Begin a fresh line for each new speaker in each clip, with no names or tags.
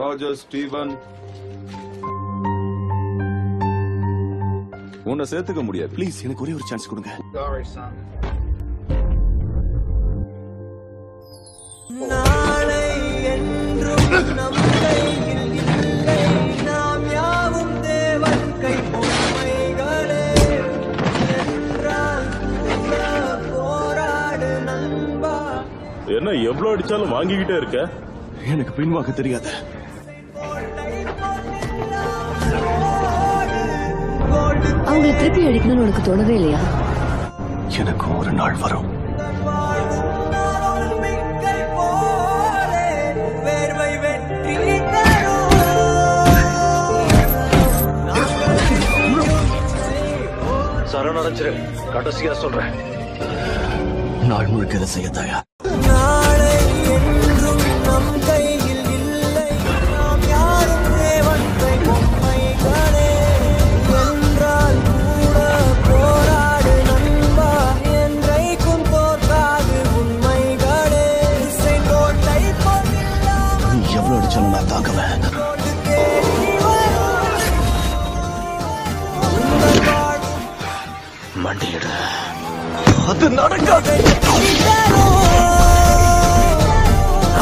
ராஜர் Steven உன்னை சேர்த்துக்க முடியாது
ப்ளீஸ் எனக்கு ஒரே ஒரு சான்ஸ் கொடுங்க
நாளை என்றும் நம் கையில் இல்லை நாம் யாவும் தேவன் கை பொம்மைகளே என்றால் கூட போராடு நண்பா
என்ன எவ்வளவு அடிச்சாலும் வாங்கிக்கிட்டே இருக்க
எனக்கு பின்வாங்க தெரியாது
அவங்களை திருப்பி அடிக்கணும்னு உனக்கு தோணவே இல்லையா
எனக்கு ஒரு நாள் வரும்
மிக்கை போலே வேர்வை வெற்றி தரும்
சரணடைஞ்சிரு கடைசியா சொல்றேன்
நாள் முழுக்க இதை செய்ய தயார்
நாளை என்றும் நம் கையில் இல்லை நாம் யாரும் தேவன் கை பொம்மைகளே என்றால் கூட போராடு நண்பா என்றைக்கும் தோற்றாது உண்மைகளே இசை கோட்டை பொருளாமல்
நீ எவ்வளவு அடிச்சாலும் நான் தாங்குவேன்
கோடு தேடி வரும். உங்கள் வாழும்
மண்டியிட அது நடக்காது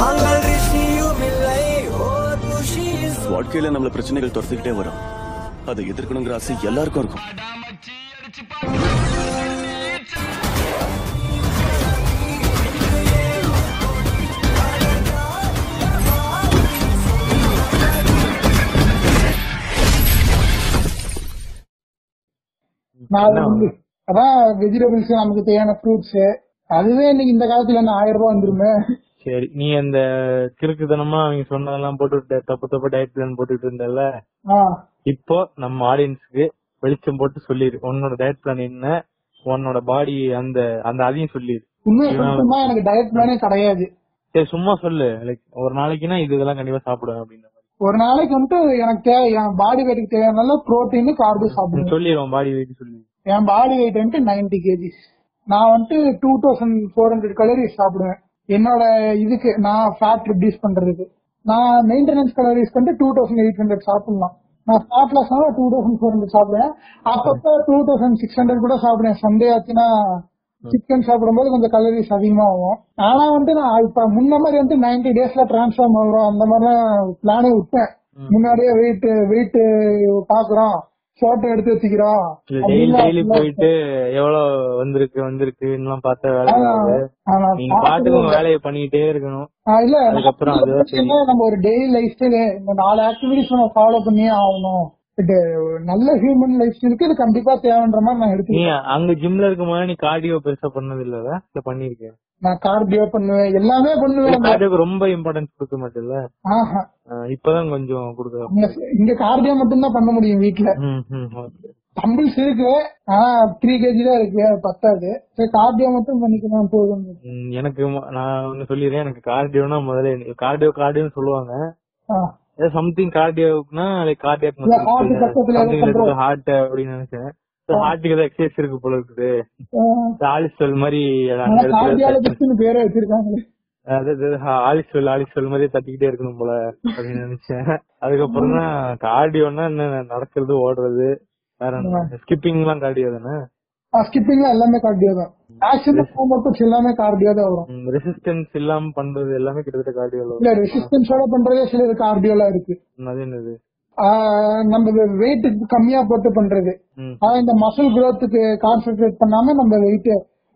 நாங்கள் ரிஷியும் இல்லை ஓர் ருஷியும்
வாழ்க்கையில நம்மள பிரச்சனைகள் துரத்துக்கிட்டே வரும் அதை எதிர்க்கணுங்கிற ஆசை எல்லாருக்கும் இருக்கும்
நாலு வந்து அதான் வெஜிடபிள்ஸ் நமக்கு தேவையான ஃப்ரூட்ஸ் அதுவே இன்னைக்கு இந்த காலத்துல என்ன ஆயிரம் ரூபாய் வந்துருமே
சரி நீ அந்த கிறுக்குத்தனமா அவங்க சொன்னதெல்லாம் போட்டுட்டு தப்பு தப்பு டயட் பிளான் போட்டுட்டு இருந்தல
ஆ,
இப்போ நம்ம ஆடியன்ஸ்க்கு வெளிச்சம் போட்டு சொல்லிடு உன்னோட டயட் பிளான் என்ன உன்னோட பாடி அந்த அந்த அதையும் சொல்லிடு
உண்மையை சொல்லணும்னா எனக்கு டயட் பிளானே கிடையாது
சரி சும்மா சொல்லு லைக் ஒரு நாளைக்குன்னா இது இதெல்லாம் கண்டிப்பா சாப்பிடுவேன் அப்படின்ற மாதிரி
ஒரு நாளைக்கு வந்துட்டு எனக்கு தேவை என் பாடி வெயிட்டுக்கு தேவையான புரோட்டீன் கார்பு
நீ
சாப்பிடுவேன்
சொல்லி உன் பாடி வெயிட் சொல்லி
என் பாடி வெயிட் வந்துட்டு 90 கேஜிஸ் நான் வந்துட்டு two thousand four hundred calories சாப்பிடுவேன் என்னோட இதுக்கு நான் ஃபேட் ரிடியூஸ் பண்றதுக்கு நான் மெயின்டெனன்ஸ் கலோரிஸ் வந்துட்டு டூ தௌசண்ட் எயிட் ஹண்ட்ரட் சாப்பிடலாம் நான் ஃபேட் லாஸ்னால டூ தௌசண்ட் ஃபோர் ஹண்ட்ரட் சாப்பிடுவேன் அப்பப்போ டூ தௌசண்ட் சிக்ஸ் ஹண்ட்ரட் கூட சாப்பிடுவேன் சண்டே ஆச்சுன்னா சிக்கன் சாப்பிடும்போது கொஞ்சம் கலோரிஸ் அதிகமா ஆகும் ஆனா வந்து நான் இப்ப முன்ன மாதிரி வந்து 90 டேஸ்ல டிரான்ஸ்ஃபார்ம் ஆகுறோம் அந்த மாதிரிலாம் பிளானே விட்டேன் முன்னாடியே வெயிட் வெயிட் பாக்குறோம் போட்டோ எடுத்து வச்சுக்கிறோம்
டெய்லி டெய்லி
அப்படிலாம்
போயிட்டு எவ்வளவு வந்திருக்கு வந்திருக்குன்னு பார்த்த வேலை
ஆனா,
கிடையாது.
ஆனா
நீங்க பாட்டுக்கு உங்க
பாத்துக்கோங்க.
வேலையை பண்ணிக்கிட்டே இருக்கணும்
ஆ, இல்ல
அதுக்கப்புறம்
நம்ம
அதுதான் சரி.
என்ன, நம்ம ஒரு டெய்லி லைஃப் ஸ்டைல் இந்த நாலு ஆக்டிவிட்டிஸ் நம்ம ஃபாலோ பண்ணியே ஆகணும் இது ஒரு நல்ல ஹியூமன் லைஃப் ஸ்டைலுக்கு இது கண்டிப்பா தேவைன்ற மாதிரி நான்
நீ
எடுத்துக்கிறேன்
அங்க ஜிம்ல இருக்கும் போது நீ கார்டியோ பெருசா பண்ணது இல்லதா இல்ல பண்ணிருக்கேன்
நான் கார்டியோ பண்ணுவேன் எல்லாமே பண்ணுவேன்
அதுக்கு ரொம்ப இம்பார்ட்டன்ஸ் கொடுக்க மாட்டேல்ல
ஆஹா.
அஹ் இப்பதான் கொஞ்சம் கொடுக்குறோம்
இங்க- இங்க கார்டியோ மட்டும்தான் பண்ண முடியும் வீட்ல
ம், ம், okay.
தம்பிள்ஸ் இருக்கு ஆனா த்ரீ கேஜி தான் இருக்கு அது பத்தாது சரி கார்டியோ மட்டும் பண்ணிக்கணும் போதும்
ம், எனக்கு ம- நான் ஒண்ணு சொல்லிடுறேன் எனக்கு கார்டியோனா முதல்ல கார்டியோ கார்டியோன்னு சொல்லுவாங்க
ஆ.
சம்திங் கார்டியோக்குனா
இல்ல, heart பக்கத்துல ஏதோ
கார்டியாக்
பண்றோம்.
ஹார்ட் அப்படின்னு நினைச்சேன் ஹார்ட்டுக்கு ஏதாவது எக்ஸசைஸ் இருக்கு போல இருக்குது
ஆ,
ஆலிஸ்வல் மாதிரி
ஆனா
அந்த இடத்துல
கார்டியாலஜிஸ்ட்னு பேரே வச்சிருக்காங்களே
அதாவது ஆ- ஆலிஸ்வெல் ஆலிஸ்வெல் மாதிரி தட்டிக்கிட்டே இருக்கணும் போல அப்படின்னு நினைச்சேன் அதுக்கப்புறம் தான் கார்டியோன்னா என்ன நடக்கிறது ஓடுறது வேற என்ன ஸ்கிப்பிங் எல்லாம் கார்டியோ தானே
ஸ்கிப்பிங்லாம் எல்லாமே கார்டியோ தான் ஆக்சுவலி மட்டும் எல்லாமே கார்டியோ தான் வரும்
ரெசிஸ்டன்ஸ் இல்லாம பண்றது எல்லாமே கிட்டத்தட்ட கார்டியோல
இல்ல ரெசிஸ்டன்ஸோட பண்றதே சில கார்டியோலாம் இருக்கு
அது என்னது
ஆஹ் நம்ம வெயிட் கம்மியா போட்டு பண்றது
ம்.
ஆனா இந்த மசில் growthக்கு கான்சென்ட்ரேட் பண்ணாம நம்ம வெயிட்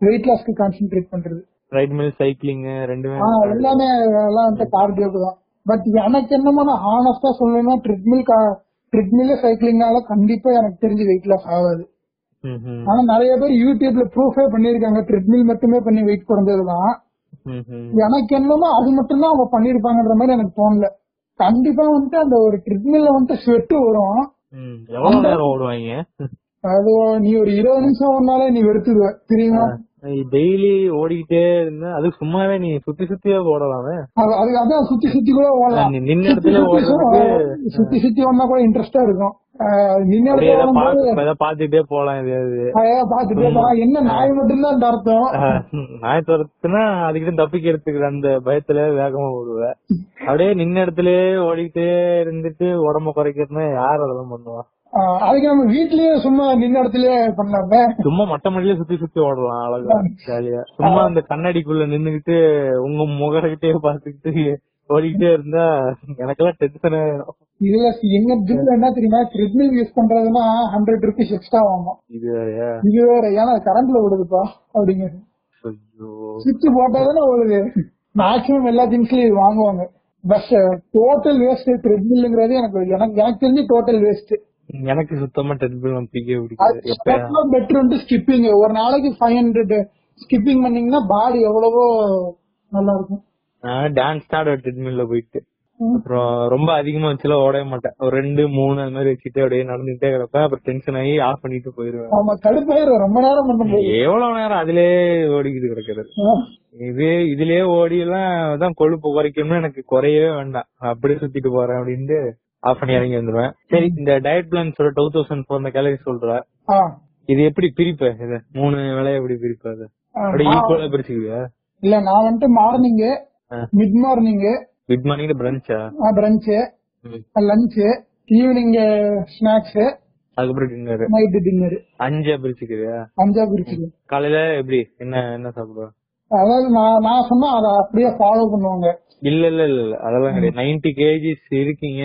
வெயிட் லாஸ்க்கு கான்சென்ட்ரேட் பண்றது
ரைட் மில் சைக்கிளிங் ரெண்டுமே
ஆஹ் எல்லாமே எல்லாம் வந்து கார்டியோக்கு தான் பட் எனக்கு என்னமோ நான் ஹானஸ்டா சொல்லணும்னா ட்ரெட்மில் ட்ரெட்மில் சைக்கிளிங்னால கண்டிப்பா எனக்கு தெரிஞ்சு வெயிட் லாஸ் ஆகாது
ம், ம்,
ஆனா நிறைய பேர் யூடியூப்ல ப்ரூஃபே பண்ணிருக்காங்க ட்ரெட்மில் மட்டுமே பண்ணி வெயிட் குறைஞ்சதுதான்
ம், ம்.
எனக்கு என்னமோ அது மட்டும்தான் அவங்க பண்ணிருப்பாங்கன்ற மாதிரி எனக்கு தோணல கண்டிப்பா வந்துட்டு அந்த ஒரு ட்ரெட்மில்ல வந்துட்டு ஸ்வெட்டு வரும்
ம். எவ்வளவு நேரம் ஓடுவாங்க
அது நீ ஒரு இருபது நிமிஷம் ஒன்னாலே நீ வெறுத்துடுவ தெரியுமா
டெய்லி ஓடிக்கிட்டே இருந்தா அது சும்மாவே நீ சுத்தி சுத்தியே ஓடலாமே
அது அது- அதான் சுத்தி சுத்தி கூட ஓடலாம்
நீ நின்ன இடத்துல
சுத்தி சுத்தி
ஓடுறதுக்கு-
சுத்தி சுத்தி ஓடினா கூட இன்ட்ரெஸ்டா இருக்கும் இன்னொரு
அப்படியே ஏதாவது
போகும்போது
பாத்து- ஏதாவது பாத்துட்டே போலாம் எதையாவது
அதையா பாத்துட்டே போறான் என்ன நாய் மட்டும்தான் அந்த அர்த்தம்
நாய் துரத்துனா அதுக்கிட்ட தப்பிக்கிறதுக்கு அந்த பயத்துல வேகமா ஓடுவேன் அப்படியே நின்ன இடத்துலயே ஓடிக்கிட்டே இருந்துட்டு உடம்ப குறைக்கிறதுனா யார் அதெல்லாம் பண்ணுவா
ஆஹ் அதுக்கு நம்ம வீட்லயே சும்மா நின்ன இடத்துலயே பண்ணலாமே
சும்மா மட்ட மடியில சுத்தி சுத்தி ஓடலாம் அழகா ஜாலியா சும்மா அந்த கண்ணாடிக்குள்ள நின்னுகிட்டு உங்க முகர்கிட்டே பாத்துக்கிட்டு ஓடிக்கிட்டே இருந்தா எனக்கெல்லாம் டென்ஷன் ஆயிடும்
இதுல எங்க ஜிம்ல என்ன தெரியுமா ட்ரெட்மில் யூஸ் பண்றதுன்னா ஹண்ட்ரட் ருபீஸ் எக்ஸ்ட்ரா ஆகும்
இது வேறயா
இது வேற ஏன்னா கரண்ட்ல ஓடுதுப்பா அப்படிங்க
ஐயோ
சுவிட்ச் போட்டாதானே ஓடுது மேக்ஸிமம் எல்லா திங்ஸ்லயும் வாங்குவாங்க பஸ் டோட்டல் வேஸ்ட் ட்ரெட்மில்ங்கிறது எனக்கு எனக்கு எனக்கு தெரிஞ்சு டோட்டல் வேஸ்ட்
எனக்கு சுத்தமா டென்பிள் பிடிக்கவே பிடிக்காது எப்ப
பெட்டர் வந்து ஸ்கிப்பிங் ஒரு நாளைக்கு ஃபைவ் ஹண்ட்ரட் ஸ்கிப்பிங் பண்ணீங்கன்னா பாடி எவ்வளவோ நல்லா இருக்கும்
நான் டான்ஸ் தான் ட்ரெட்மில்ல போயிட்டு அப்புறம் ரொம்ப அதிகமா வச்சுலாம் ஓடவே மாட்டேன் ஒரு ரெண்டு மூணு அது மாதிரி வச்சுட்டு அப்படியே நடந்துட்டே கிடப்பேன் அப்புறம் டென்ஷன் ஆகி ஆஃப் பண்ணிட்டு போயிருவேன்
ஆமா கடுப்பாயிரும் ரொம்ப நேரம் பண்ணும்போது
எவ்வளவு நேரம் அதுலயே ஓடிக்கிட்டு கிடக்கிறது இது இதுலயே ஓடி எல்லாம் தான் கொழுப்பு குறைக்கணும்னு எனக்கு குறையவே வேண்டாம் அப்படியே சுத்திட்டு போறேன் அப்படின்ட்டு ஆஃப் பண்ணி இறங்கி வந்துருவேன் சரி இந்த டயட் பிளான் சொல்ற டூ தௌசண்ட் ஃபோர் இந்த கேலரி சொல்ற
ஆ.
இது எப்படி பிரிப்ப இது மூணு வேலையை எப்படி பிரிப்ப அது
ஆ,
அப்படியே
நான்-
ஈக்குவலா பிரிச்சுக்குவியா
இல்ல நான் வந்துட்டு மார்னிங்
ஆ.
மிட் மார்னிங்
குட் மார்னிங் பிரஞ்சா
பிரஞ்சு
ம்.
லஞ்ச் ஈவினிங் ஸ்நாக்ஸ்
அதுக்கப்புறம் டின்னர்
நைட் டின்னர்
அஞ்சா பிரிச்சுக்குவியா
அஞ்சா பிரிச்சுக்கு
காலையில எப்படி என்ன என்ன சாப்பிடுவ
அதாவது நான் நான் சொன்னா அதை அப்படியே ஃபாலோ பண்ணுவாங்க
இல்ல இல்ல இல்ல இல்ல அதெல்லாம் கிடையாது நைன்டி கேஜிஸ் இருக்கீங்க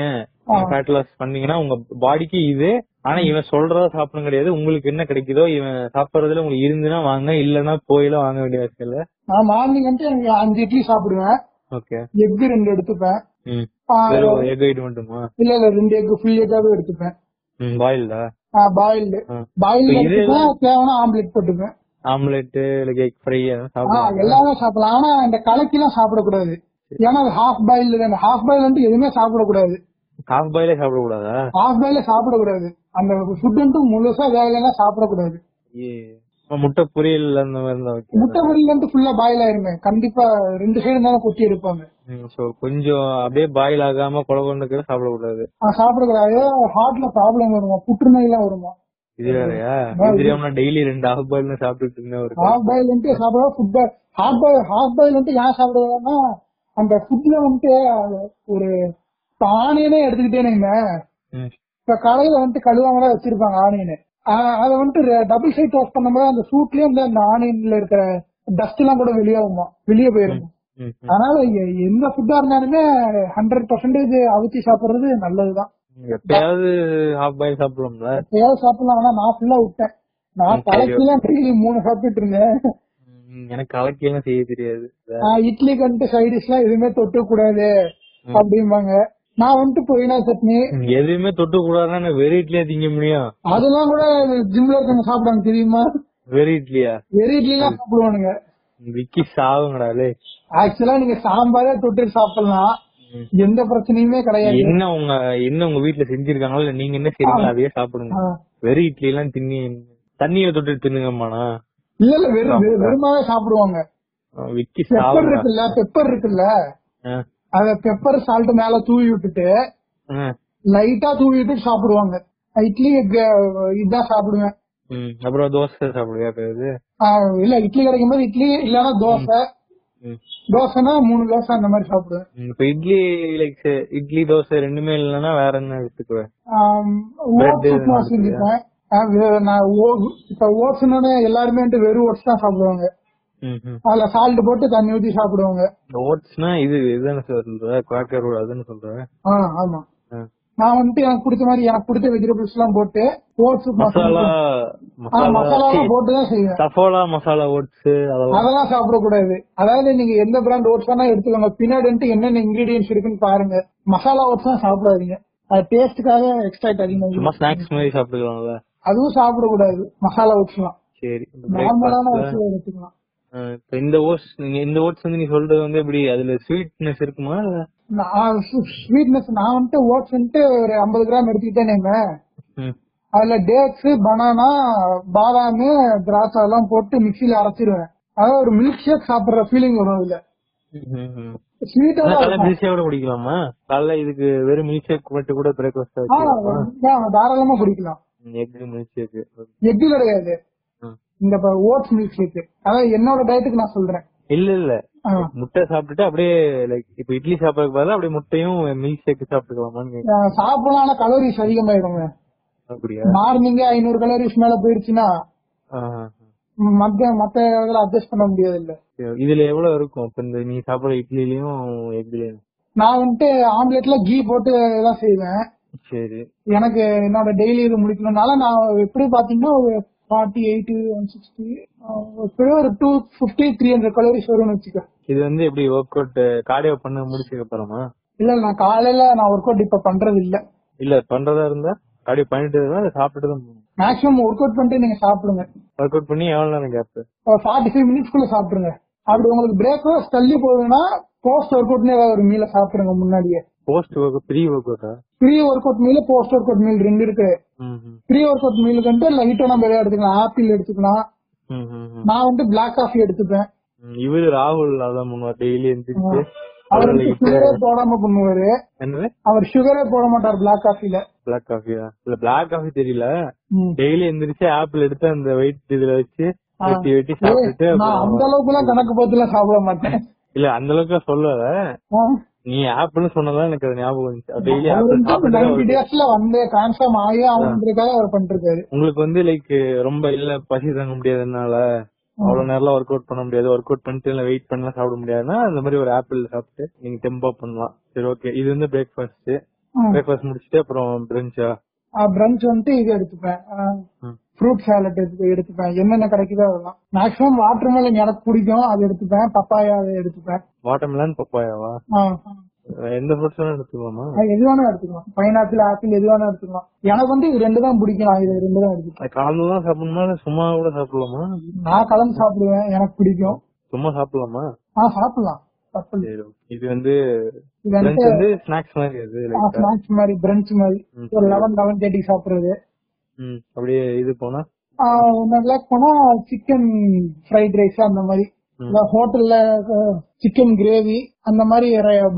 ஃபேட் லாஸ் பண்ணீங்கன்னா உங்க பாடிக்கு இது ஆனா இவன் சொல்றதா சாப்பிடும் கிடையாது உங்களுக்கு என்ன கிடைக்குதோ இவன் சாப்பிடுறதுல உங்களுக்கு இருந்துன்னா வாங்க இல்லன்னா போயெல்லாம் வாங்க வேண்டிய அவசியம் இல்ல
நான் மார்னிங் வந்துட்டு எனக்கு அஞ்சு இட்லி சாப்பிடுவேன்
ஓகே
எக் ரெண்டு எடுத்துப்பேன்
ம்
ஆ,
வெறும் எக் ஐட் மட்டுமா
இல்ல இல்ல ரெண்டு எக் ஃபுல் எக்காவே எடுத்துப்பேன்
ம் பாயில்டா
பாயில்டு
ஆ.
பாயில்டு
இது-
எடுத்துப்பேன் தேவைன்னா ஆம்லெட் போட்டுப்பேன்
ஆம்லெட் இல்ல எக் ஃப்ரை அதெல்லாம்
ஆ,
சாப்பிடுவாங்க
எல்லாமே சாப்பிடலாம் ஆனா இந்த கலக்கி எல்லாம் சாப்பிடக்கூடாது ஏன்னா அது ஹாஃப் பாயில் தானே ஹாஃப் பாயில் வந்து எதுவுமே சாப்பிடக்கூடாது
ஹாஃப் பாயிலே சாப்பிடக்கூடாதா
ஹாஃப் பாயில சாப்பிடக்கூடாது அந்த ஃபுட் வந்து முழுசா வேலையில சாப்பிடக்கூடாது
ஏ முட்டை பொரியல் அந்த மாதிரி இருந்தா ஓகே
முட்டை பொரியல் வந்து ஃபுல்லா பாயில் ஆயிருமே கண்டிப்பா ரெண்டு சைடு தானே கொத்தி எடுப்பாங்க
சோ கொஞ்சம் அப்படியே பாயில் ஆகாம குழ கொண்டு சாப்பிடக்கூடாது
நான் சாப்பிடக்கூடாது ஹார்ட்ல ப்ராப்ளம் வருமா புற்றுநோய் எல்லாம் வருமா
இது வேறயா இது தெரியாம டெய்லி ரெண்டு ஹாஃப் பாயில் சாப்பிட்டுட்டு இருந்தேன் ஒரு
ஹாஃப் பாயில் வந்துட்டு சாப்பிட food half boil half boil வந்துட்டு ஏன் சாப்பிடுவேன்னா அந்த ஃபுட்ல வந்துட்டு ஒரு இப்ப ஆனியனே எடுத்துக்கிட்டேனுங்க
ம்.
இப்ப கடையில வந்துட்டு கழுவாமலாம் வச்சிருப்பாங்க ஆனியன் அதை வந்துட்டு டபுள் சைட் வாஷ் பண்ணும்போது அந்த சூட்லயே வந்து அந்த ஆனியன்ல இருக்கிற டஸ்ட் எல்லாம் கூட வெளியாகுமா வெளியே போயிருமா
ம், ம்.
அதனால எ- எந்த ஃபுட்டா இருந்தாலுமே ஹண்ட்ரட் பர்சன்டேஜ் அவுத்தி சாப்பிடுறது நல்லதுதான்
எப்பயாவது ஹாஃப் பாயில் சாப்பிடுவோம்ல
ஏதாவது சாப்பிடலாம் ஆனா நான் ஃபுல்லா விட்டேன் நான்
ம், சரி.
தலைக்கெல்லாம் டெய்லி மூணு சாப்பிட்டு இருந்தேன்
ம், எனக்கு கலக்கியெல்லாம் செய்ய தெரியாது
நான் இட்லி கண்டு சைடிஷ் எல்லாம் எதுவுமே தொட்டு கூடாது அப்படிம்பாங்க நான் வந்துட்டு புதினா சட்னி
ம், எதுவுமே தொட்டு கூடாதுன்னா நான் வெறும் இட்லியா திங்க முடியும்
அதெல்லாம் கூட ஜிம்ல இருக்கவங்க சாப்பிடுவாங்க தெரியுமா
வெறும் இட்லியா
வெறும் இட்லி எல்லாம் சாப்பிடுவானுங்க
விக்கி சாவுங்கடாலே
ஆக்சுவலா நீங்க சாம்பாரே தொட்டு சாப்பிடலாம் எந்த பிரச்சனையுமே கிடையாது
என்ன உங்க என்ன உங்க வீட்டுல செஞ்சிருக்காங்களோ இல்ல நீங்க என்ன செய்றீங்களோ அதையே சாப்பிடுங்க
ஆ.
வெறும் இட்லி எல்லாம் தின்னி தண்ணியில தொட்டு தின்னுங்கம்மாண்ணா
இல்ல இல்ல வெறும் வெறும் வெறுமாவே சாப்பிடுவாங்க
விக்கி
பெப்பர்
சாவுங்கடா
இருக்குல்ல பெப்பர் இருக்குல்ல
ஆ.
அத பெப்பர் சால்ட் மேல தூவி விட்டுட்டு
ஆ.
லைட்டா தூவி விட்டுட்டு சாப்பிடுவாங்க இட்லி egg, அஹ், இதான் சாப்பிடுவேன்
ம். அப்புறம் தோசை சாப்பிடுவியா பேரு
ஆஹ், இல்ல இட்லி கிடைக்கும் போது இட்லி இல்லன்னா தோசை
ம்.
தோசைனா மூணு தோசை அந்த மாதிரி சாப்பிடுவேன்
ம், இப்ப இட்லி லைக் இட்லி தோசை ரெண்டுமே இல்லைன்னா வேற என்ன எடுத்துக்குவேன்
ஆம்,
Bread
oats
இது
உப்புமா செஞ்சுப்பேன். ஆஹ், வே- நான் ஓ- இப்ப ஓட்ஸ்னு எல்லாருமே வந்துட்டு வெறும் ஓட்ஸ் தான் சாப்பிடுவாங்க அதுல சால்ட் போட்டு தண்ணி ஊத்தி சாப்பிடுவாங்க
ஓட்ஸ்னா இது இதுதானே சொல்ற குவாக்கர் அதுன்னு சொல்ற
ஆ, ஆமா
ஆ.
நான் வந்துட்டு எனக்கு பிடிச்ச மாதிரி எனக்கு பிடிச்ச வெஜிடபிள்ஸ் எல்லாம் போட்டு ஓட்ஸ்
மசாலா மசாலா
மசாலா
சீ,
போட்டு தான் செய்வேன்
சஃபோலா மசாலா ஓட்ஸ் அதெல்லாம்
அதெல்லாம் சாப்பிடக்கூடாது அதாவது நீங்க எந்த பிராண்ட் ஓட்ஸ் வேணா எடுத்துக்கோங்க பின்னாடி வந்துட்டு என்னென்ன இன்கிரீடியன்ஸ் இருக்குன்னு பாருங்க மசாலா ஓட்ஸ் தான் சாப்பிடாதீங்க அது டேஸ்ட்டுக்காக எக்ஸ்ட்ரா அதிகமாக
சும்மா ஸ்நாக்ஸ் மாதிரி சாப்பிட்டுக்கலாம்ல
அதுவும் சாப்பிடக்கூடாது மசாலா ஓட்ஸ் எல்லாம்
சரி இந்த
நார்மலான
breakfast-ல,
ஓட்ஸ் எடுத்துக்கலாம்
ஆ, இப்ப இந்த ஓட்ஸ் நீங்க இந்த ஓட்ஸ் வந்து நீ சொல்றது வந்து எப்படி அதுல ஸ்வீட்னஸ் இருக்குமா இல்ல
நான் ஸ்வீட்னஸ் நான் வந்துட்டு ஓட்ஸ் வந்துட்டு ஒரு ஐம்பது கிராம் எடுத்துக்கிட்டேனேங்க
ம்,
அதுல டேட்ஸ் பனானா பாதாம் திராட்சை எல்லாம் போட்டு மிக்ஸில அரைச்சிருவேன் அதாவது ஒரு மில்க் ஷேக் சாப்பிடுற ஃபீலிங் வரும் அதுல
ம், ம், ம்.
ஸ்வீட்டா
காலை மில்க்ஷேக்கோட குடிக்கலாமா காலைல இதுக்கு வெறும் மில்க்ஷேக் மட்டும் கூட பிரேக்ஃபாஸ்ட்
தாராளமா குடிக்கலாம்
எக் மில்க்ஷேக்
எக்கு கிடையாது
ம்.
இந்த ஓட்ஸ் மில்க் ஷேக் அதான் என்னோட டயத்துக்கு நான் சொல்றேன்
இல்ல இல்ல
ஆ.
முட்டை சாப்பிட்டுட்டு அப்படியே லைக் இப்ப இட்லி சாப்பிடறதுக்கு பதிலா அப்படியே முட்டையும் மில்க் ஷேக் சாப்பிட்டுக்கலாமான்னு கேக்குறேன்.
நான் சாப்பிடலாம் ஆனா கலோரிஸ் அதிகமாயிடுங்க
அப்படியா
மார்னிங்கே ஐநூறு கலோரிஸ் மேல போயிடுச்சுன்னா
ஆ.
மத்த மத்த அட்ஜஸ்ட் பண்ண முடியாது இல்ல
சரி, இதுல எவ்வளவு இருக்கும் இப்ப இந்த நீ சாப்பிடுற இட்லிலயும் எக்லயும்
நான் வந்துட்டு ஆம்லெட்ல கீ போட்டு எல்லாம் செய்வேன்
சரி
எனக்கு என்னோட டெய்லி இது முடிக்கணும்னால நான் எப்படி பாத்தீங்கன்னா ஒரு ஃபார்ட்டி எயிட்டி ஒன் சிக்ஸ்டி எப்படியும் ஒரு two fifty three hundred calories வரும்னு வச்சுக்க
இது வந்து எப்படி ஒர்க் அவுட் கார்டியோ பண்ண முடிச்சதுக்கு அப்புறமா
இல்ல நான் காலையில நான் ஒர்க் அவுட் இப்ப பண்றது இல்ல
இல்ல பண்றதா இருந்தா கார்டியோ பண்ணிட்டு இருந்தா அதை சாப்பிட்டு தான்
மேக்ஸிமம் ஒர்க் அவுட் பண்ணிட்டு நீங்க சாப்பிடுங்க
ஒர்க் அவுட் பண்ணி எவ்வளவு நேரம் கேப்
ஒரு ஃபார்ட்டி ஃபைவ் மினிட்ஸ்க்குள்ள சாப்பிடுங்க அப்படி உங்களுக்கு பிரேக்ஃபாஸ்ட் தள்ளி போகுதுன்னா போஸ்ட் ஒர்க் அவுட்னு ஏதாவது ஒரு மீல சாப்பிடுங்க முன்னாடியே
போஸ்ட் ஒர்க் ப்ரீ ஒர்க் அவுட்டா
pre work out meal post work out meal ரெண்டு இருக்கு ப்ரீ ஒர்க் அவுட் மீலுக்கு வந்துட்டு லைட்டா நம்ம எதாவது எடுத்துக்கலாம் ஆப்பிள் எடுத்துக்கலாம் நான் வந்து பிளாக் காஃபி எடுத்துப்பேன்
இவரு ராகுல் அதான் பண்ணுவார் டெய்லி எந்திரிச்சு
அவர்
அவரால இப்ப-
சுகரே போடாம பண்ணுவாரு
என்னது
அவர் சுகரே போட மாட்டார் பிளாக் காஃபில
பிளாக் காஃபியா இல்ல பிளாக் காஃபி தெரியல டெய்லி எந்திரிச்சு ஆப்பிள் எடுத்து அந்த வெயிட் இதுல வச்சு வெட்டி வெட்டி சாப்பிட்டுட்டு
நான் அந்த
அப்புறம்
அளவுக்கு எல்லாம் கணக்கு பார்த்து எல்லாம் சாப்பிட மாட்டேன்
இல்ல அந்த அளவுக்கு சொல்லல
ஆ.
நீ ஆப்பிள்னு சொன்னதான் எனக்கு அது ஞாபகம் வந்துச்சு டெய்லி
அவர்
ஆப்பிள்
வந்து நைன்டி
சாப்பிட்டு
டேஸ்ல வந்து கான்ஃபார்ம் ஆகி அவங்களுக்காக அவர் பண்றாரு
உங்களுக்கு வந்து லைக் ரொம்ப இல்ல பசி தாங்க முடியாதுனால அவ்வளவு நேரம் ஒர்க் அவுட் பண்ண முடியாது ஒர்க் அவுட் பண்ணிட்டு இல்ல வெயிட் பண்ணலாம் சாப்பிட முடியாதுன்னா அந்த மாதிரி ஒரு ஆப்பிள் சாப்பிட்டு நீங்க தெம்பா பண்ணலாம் சரி ஓகே இது வந்து பிரேக்ஃபாஸ்ட் பிரேக்ஃபாஸ்ட் முடிச்சிட்டு அப்புறம் பிரஞ்சா
பிரஞ்ச் வந்துட்டு இது எடுத்துப்பேன் ஃப்ரூட் சாலட் எடுத்து எடுத்துப்பேன் என்னென்ன கிடைக்குதோ அதெல்லாம் மேக்ஸிமம் வாட்டர் மெலன் எனக்கு பிடிக்கும் அது எடுத்துப்பேன் பப்பாயா அதை எடுத்துப்பேன்
வாட்டர்மெலன் பப்பாயாவா
ஆ.
எந்த ஃப்ரூட்ஸ் வேணா எடுத்துக்கலாமா
அது எது வேணா எடுத்துக்கலாம் பைனாப்பிள் ஆப்பிள் எது வேணா எடுத்துக்கலாம் எனக்கு வந்து இது ரெண்டு தான் பிடிக்கும் நான் இது ரெண்டு தான் எடுத்துப்பேன்
அது கலந்து தான் சாப்பிடணுமா இல்ல சும்மா கூட சாப்பிடலாமா
நான் கலந்து சாப்பிடுவேன் எனக்கு பிடிக்கும்
சும்மா சாப்பிடலாமா
ஆ சாப்பிடலாம் தப்பு இல்ல.
சரி okay. இது வந்து
இது
lunch
வந்துட்டு
வந்து ஸ்நாக்ஸ் மாதிரி அது லைட்டா
ஸ்நாக்ஸ் மாதிரி பிரஞ்ச் மாதிரி
ம்.
ஒரு லெவன் லெவன் தேர்ட்டிக்கு சாப்பிடுறது
ம் அப்படியே இது போனா
நல்லா போனா சிக்கன் ஃப்ரைட் ரைஸ் அந்த மாதிரி
ம்.
ஹோட்டல்ல சிக்கன் கிரேவி அந்த மாதிரி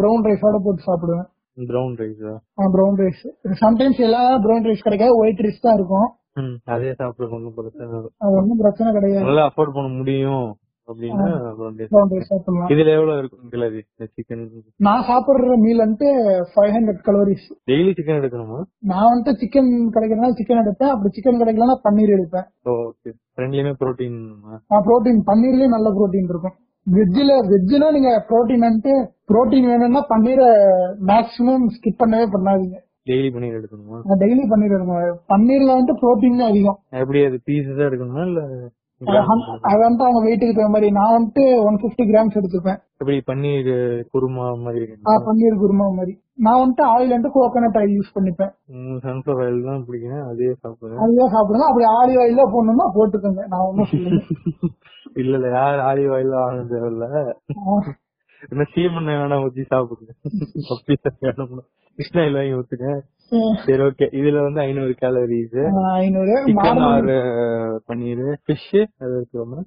ப்ரௌன் ரைஸோட போட்டு சாப்பிடுவேன்
ப்ரௌன் ரைஸா
ப்ரௌன் ரைஸ் சம்டைம்ஸ் எல்லா ப்ரௌன் ரைஸ் கிடைக்காது ஒயிட் ரைஸ் தான் இருக்கும்
ம் அதே சாப்பிட ஒன்றும் பிரச்சனை இல்லை
அது ஒன்றும் பிரச்சனை கிடையாது
நல்லா அஃபோர்ட் பண்ண முடியும் அப்படின்னா brown rice.
ப்ரௌன் ரைஸ் சாப்பிடலாம்
இதுல எவ்வளவு இருக்கும் கிளவி இந்த சிக்கன்
நான் சாப்பிடுற மீல் வந்துட்டு five hundred calories
daily chicken எடுக்கணுமா
நான் வந்துட்டு சிக்கன் கிடைக்கிறதுனால சிக்கன் எடுப்பேன் அப்படி சிக்கன் கிடைக்கலன்னா பன்னீர் எடுப்பேன்
ஓகே ஃப்ரெண்ட்லியுமே ப்ரோட்டீன்மா
ப்ரோட்டீன் பன்னீர்லயே நல்ல ப்ரோட்டீன் இருக்கும் வெஜ்ஜில் வெஜ்ஜுனா நீங்க ப்ரோட்டீன் வந்துட்டு ப்ரோட்டீன் வேணும்னா பன்னீரை மேக்ஸிமம் ஸ்கிப் பண்ணவே பண்ணாதீங்க
டெய்லி பன்னீர் எடுக்கணுமா
டெய்லி பன்னீர் எடுக்கணும் பன்னீர்ல வந்துட்டு ப்ரோட்டீன் தான் அதிகம்
எப்படி அது பீஸஸா எடுக்கணுமா இல்ல
அது வந்து- அது வந்துட்டு அவங்க வெயிட்டுக்கு தகுந்த மாதிரி நான் வந்துட்டு ஒன் பிப்டி கிராம்ஸ் எடுத்துப்பேன்
எப்படி பன்னீர் குருமா மாதிரி
ஆ,
எடுக்கணுமா?
பன்னீர் குருமா மாதிரி நான் வந்துட்டு ஆயில் வந்துட்டு கோகோனட் ஆயில் யூஸ் பண்ணிப்பேன்
ம், sunflower oil தான் பிடிக்கும் அதே சாப்பிடுவேன்
அதுதான் சாப்பிடுங்க அப்படி ஆலிவ் ஆயில் தான் போடணும்னா போட்டுக்கோங்க நான் ஒன்றும் சொல்லுங்க
இல்ல இல்ல யார் ஆலிவ் ஆயில் ஆகணும் தேவையில்ல என்ன சீமெண்ணெய் வேணா ஊத்தி சாப்பிடுங்க அப்படி வேணும்னா கிருஷ்ணா ஆயில் வாங்கி ஊத்துங்க சரி ஓகே இதுல வந்து ஐநூறு கேலரிஸ்
ஐநூறு
சிக்கன் ஆர் பன்னீர் ஃபிஷ் அது எடுத்துக்கோமா